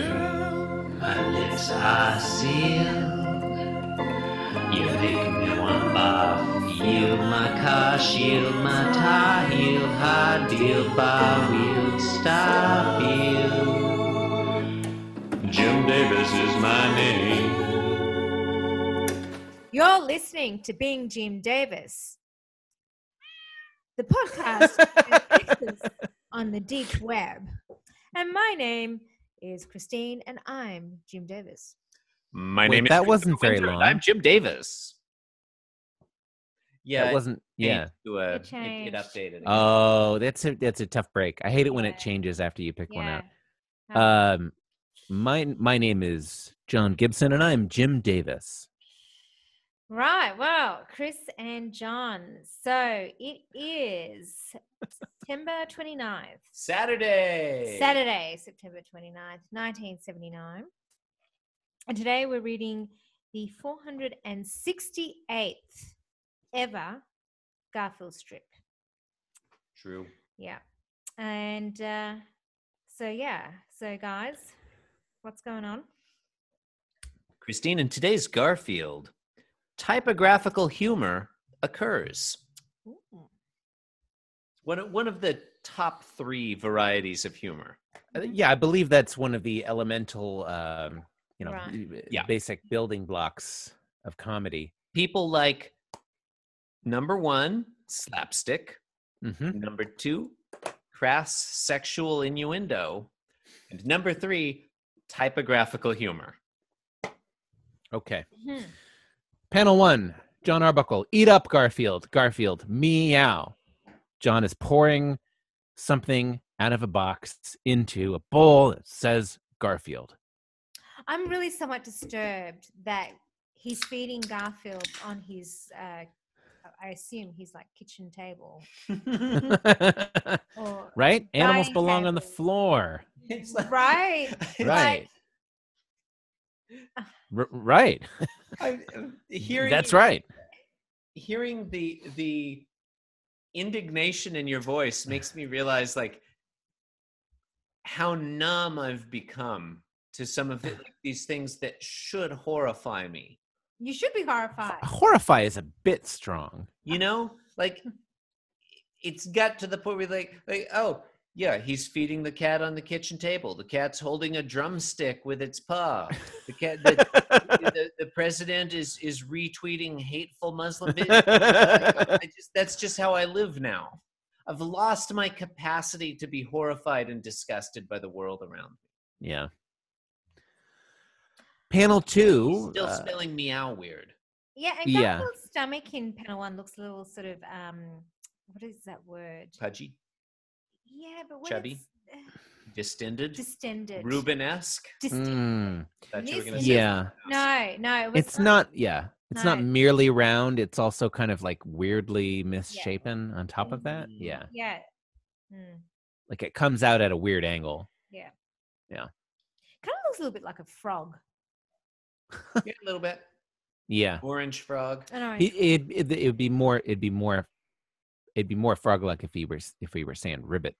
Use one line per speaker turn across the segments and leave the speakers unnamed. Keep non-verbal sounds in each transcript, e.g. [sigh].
Girl, my lips are sealed. You make me wanna barf. Yield my car, shield my tie, heel, hard deal, bar wheel, stop you. Jim Davis is my name.
You're listening to Being Jim Davis, the podcast that [laughs] exists on the deep web. And my name is Christine, and I'm Jim Davis.
My
Wait,
name is
that
Christopher
wasn't very
Winter, and
long.
I'm Jim Davis. Yeah,
that wasn't. Yeah.
To, uh, it,
It
it
changed.
updated. again.
Oh, that's a that's a tough break. I hate it when
Yeah.
it changes after you pick one
Yeah.
out. Um, my my name is John Gibson, and I'm Jim Davis.
Right. Well, Chris and John. So it is September 29th,
Saturday.
Saturday, September 29th, 1979. And today we're reading the 468th ever Garfield strip.
True.
Yeah. And uh, so, yeah. So, guys, what's going on?
Christine, in today's Garfield, typographical humor occurs.
Ooh.
One of- one of the top three varieties of humor.
Uh,
Mm-hmm.
Yeah, I believe that's one of the elemental, um, you know,
Right.
b-
Yeah.
basic building blocks of comedy.
People like number one, slapstick.
hmm
Number two, crass sexual innuendo. And number three, typographical humor.
Okay.
Hmm.
Panel one, John Arbuckle, eat up Garfield. Garfield, meow. John is pouring something out of a box into a bowl that says Garfield.
I'm really somewhat disturbed that he's feeding Garfield on his, uh, I assume he's like kitchen table
Mm-hmm.
or
[laughs] right? Animals
Dining
belong on the
table.
[laughs]
floor.
It's like-
right.
Right.
Right.
R- right.
I- uh, Ah. hearing
That's
you-
right.
Hearing the the indignation in your voice makes me realize like how numb I've become to some of the, like, these things that should horrify me.
You should be horrified.
Horrify is a bit strong.
You know, like it's got to the point where like like oh yeah, he's feeding the cat on the kitchen table. The cat's holding a drumstick with its paw. The cat the,
[laughs]
the, the president is is retweeting hateful
[laughs]
Muslim videos. I just that's just how I live now. I've lost my capacity to be horrified and disgusted by the world around me.
yeah. Panel
He's
two.
still
uh,
smelling meow weird.
Yeah, and
Yeah.
Garfield's stomach in panel one looks a little sort of, um, what is that word?
Pudgy,
Yeah, but when
Chubby?
it's, uh,
distended,
distended.
Rubenesque.
Distended.
mm,
That's what we're gonna say.
yeah.
No, no. It was
It's not, yeah. It's not
No.
merely round. It's also kind of like weirdly misshapen on top of that.
Mm-hmm.
Mm.
Yeah.
Yeah. Mm.
Like it comes out at a weird angle.
Kind of looks a little bit like a frog.
Yeah, a little bit.
Yeah.
Orange frog.
An orange
It it it it would be more it'd be more it'd be more frog like if he were if we were saying ribbit.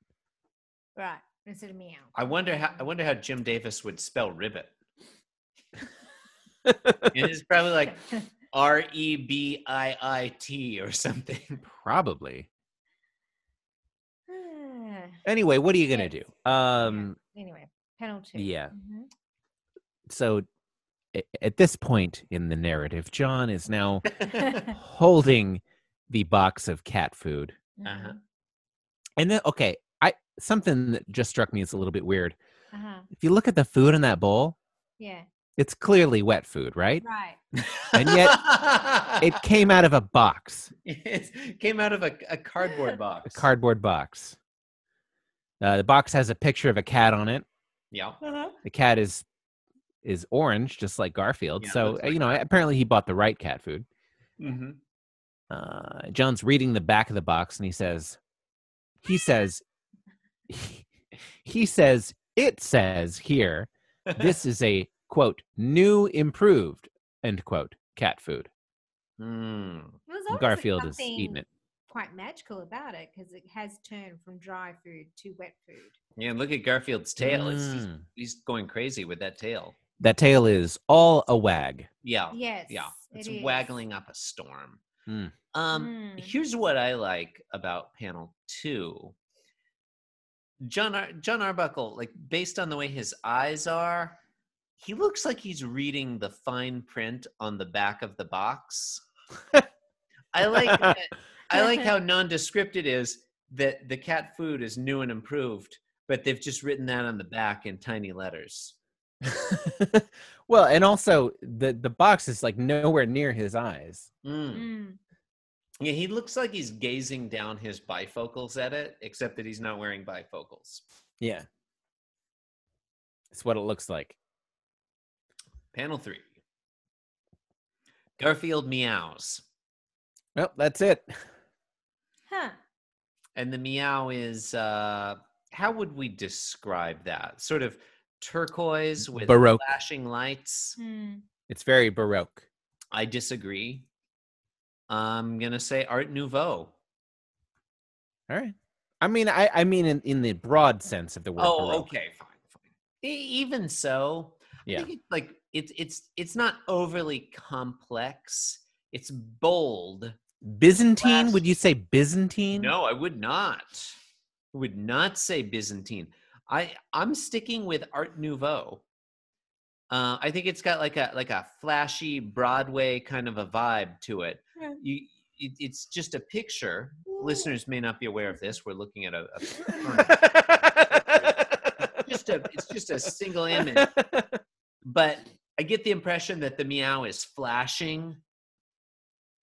Right. Instead of meow.
I wonder how I wonder how Jim Davis would spell ribbit. it is probably
[laughs]
like R E B I I T or something.
Probably.
Ah,
Anyway, what are you gonna
Yes.
do? Um
anyway, panel two.
yeah.
Mhm.
[laughs]
so a- at this point in the narrative, John is
[laughs]
now holding the box of cat food.
Uh-huh.
Mhm.
And then okay, I something that just struck me as a little bit weird.
Uh-huh.
If you look at the food in that bowl,
Yeah.
it's clearly wet food, right?
Right.
And
[laughs]
yet- It came out of a box,
it came out of a, a cardboard
a
box.
cardboard box. Uh, the box has a picture of a cat on it.
Yeah.
The cat is is orange, just like Garfield.
Yeah, it
so
looks
uh, you know, apparently he bought the right cat food.
hmm
uh, John's reading the back of the box and he says, he says, he says, it says here,
[laughs]
this is a quote, new improved, end quote, cat food.
Mm.
It was
Hmm.
obviously
Garfield is eating
something
it.
quite magical about it because it has turned from dry food to wet food.
Yeah, and look at Garfield's tail. It's, he's,
Mm.
he's going crazy with that tail.
That tail is all a wag.
Oh, Yeah.
Yes.
Yeah.
it
It's
is.
waggling up a storm.
Mm.
Um,
Mm.
Here's what I like about panel two. John Ar- John Arbuckle, like based on the way his eyes are, he looks like he's reading the fine print on the back of the box. I like that- I like
[laughs]
how nondescript it is that the cat food is new and improved, but they've just written that on the back in tiny letters.
[laughs] well, and also the the box is like nowhere near his eyes.
Mm.
Mm.
Yeah, he looks like he's gazing down his bifocals at it, except that he's not wearing bifocals.
Yeah. It's what it looks like.
Panel three. Garfield meows.
Well, that's it.
[laughs]
Huh.
And the meow is uh how would we describe that? Sort of turquoise with
Baroque.
flashing lights.
Mm.
It's very baroque.
I disagree. I'm gonna say Art Nouveau.
All right. I mean, I, I mean, in, in the broad sense of the word.
Oh,
baroque.
okay, fine, fine. E- even so, I
Yeah.
think it, like it's it's it's not overly complex. It's bold.
Byzantine?
Last-
Would you say Byzantine?
No, I would not. I would not say Byzantine. I I'm sticking with Art Nouveau. Uh, I think it's got like a like a flashy Broadway kind of a vibe to it.
Yeah.
You, it it's just a picture. Listeners may not be aware of this. We're looking at a, a just a it's just a single image.
[laughs]
But I get the impression that the meow is flashing.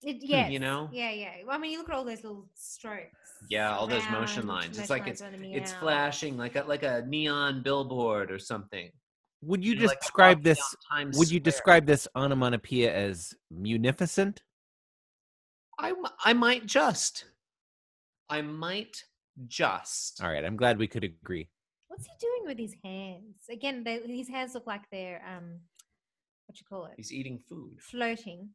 It, yes.
know?
Yeah, yeah. Well, I mean, you look at all those little strokes.
Yeah, all those motion
around,
lines. It's
motion
like
lines on the
It's
meow.
flashing like a like a neon billboard or something.
[laughs] would you
know,
just
like I'm
describe
walking
this?
down Times
Would you
Square.
describe this onomatopoeia as munificent?
I, m- I might just. I might just.
All right, I'm glad we could agree.
What's he doing with his hands? Again, they, his hands look like they're um, what you call it?
He's eating food.
Floating.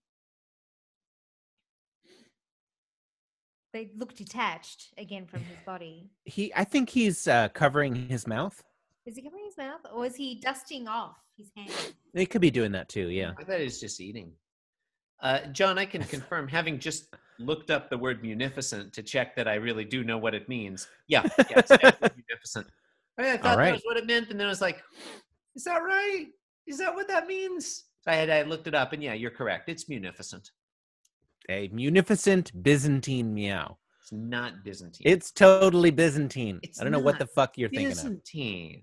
They look detached again from his body.
He, I think he's uh, covering his mouth.
Is he covering his mouth, or is he dusting off his hands?
They could be doing that too. Yeah.
I thought he was just eating. Uh, John, I
[laughs]
can confirm, having just looked up the word munificent to check that I really do know what it means.
[laughs]
Yeah, yeah it's definitely munificent. I, mean, I thought
right.
that was what it meant, and then I was like, is that right? Is that what that means? So I had I looked it up, and yeah, you're correct. It's munificent.
A munificent Byzantine meow.
It's not Byzantine.
It's totally Byzantine.
It's
I don't know what
not
the fuck you're thinking of.
Byzantine.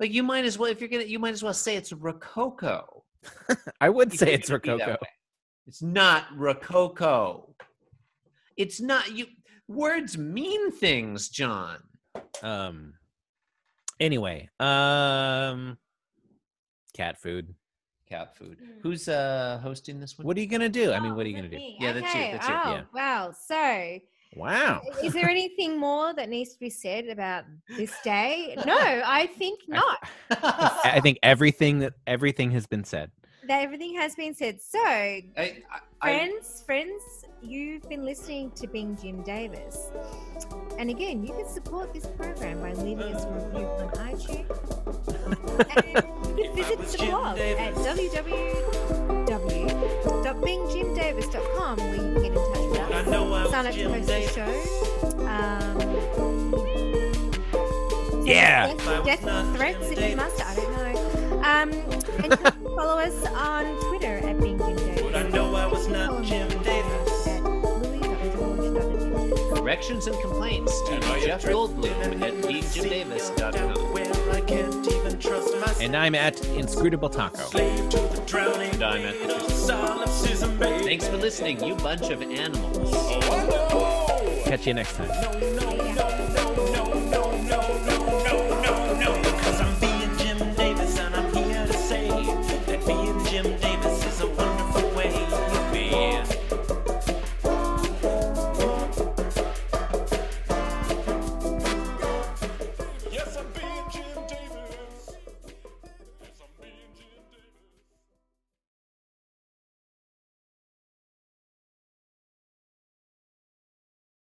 Like you might as well if you're gonna you might as well say it's Rococo.
I would
if
say
you're
it's
gonna be that
Rococo.
way. It's not Rococo. It's not you words mean things, John.
Um. Anyway, um, cat food.
Cat food.
Mm.
Who's uh hosting this one? [laughs]
What are you gonna do? [laughs] I mean,
Oh,
what are you
is
gonna
it
do?
me?
Yeah, that's you,
Okay,
that's you,
Oh,
yeah.
wow. So,
Wow.
is there anything more that needs to be said about this day? No, I
[laughs]
think not.
I I think everything that everything has been said.
That everything has been said. So,
I, I,
friends, friends, you've been listening to Bing Jim Davis. And again, you can support this program by leaving us a review on iTunes. and you can visit the blog at www.bingjimdavis.com where you can get in touch with us. sign up to host the show. Um,
Yeah.
Death, death threats if you must. I don't know. Um, and you can follow us on Twitter at Being Jim Davis.
But I know I was not
Follow me
Jim
on
Davis.
At louis.george.jim.
corrections and complaints to Jeff Goldblum at BeamJimDavis.com.
And I'm at Inscrutable Taco.
And
I'm at the Thanks for listening, you bunch of animals.
Catch you next time.
No, no, no, no.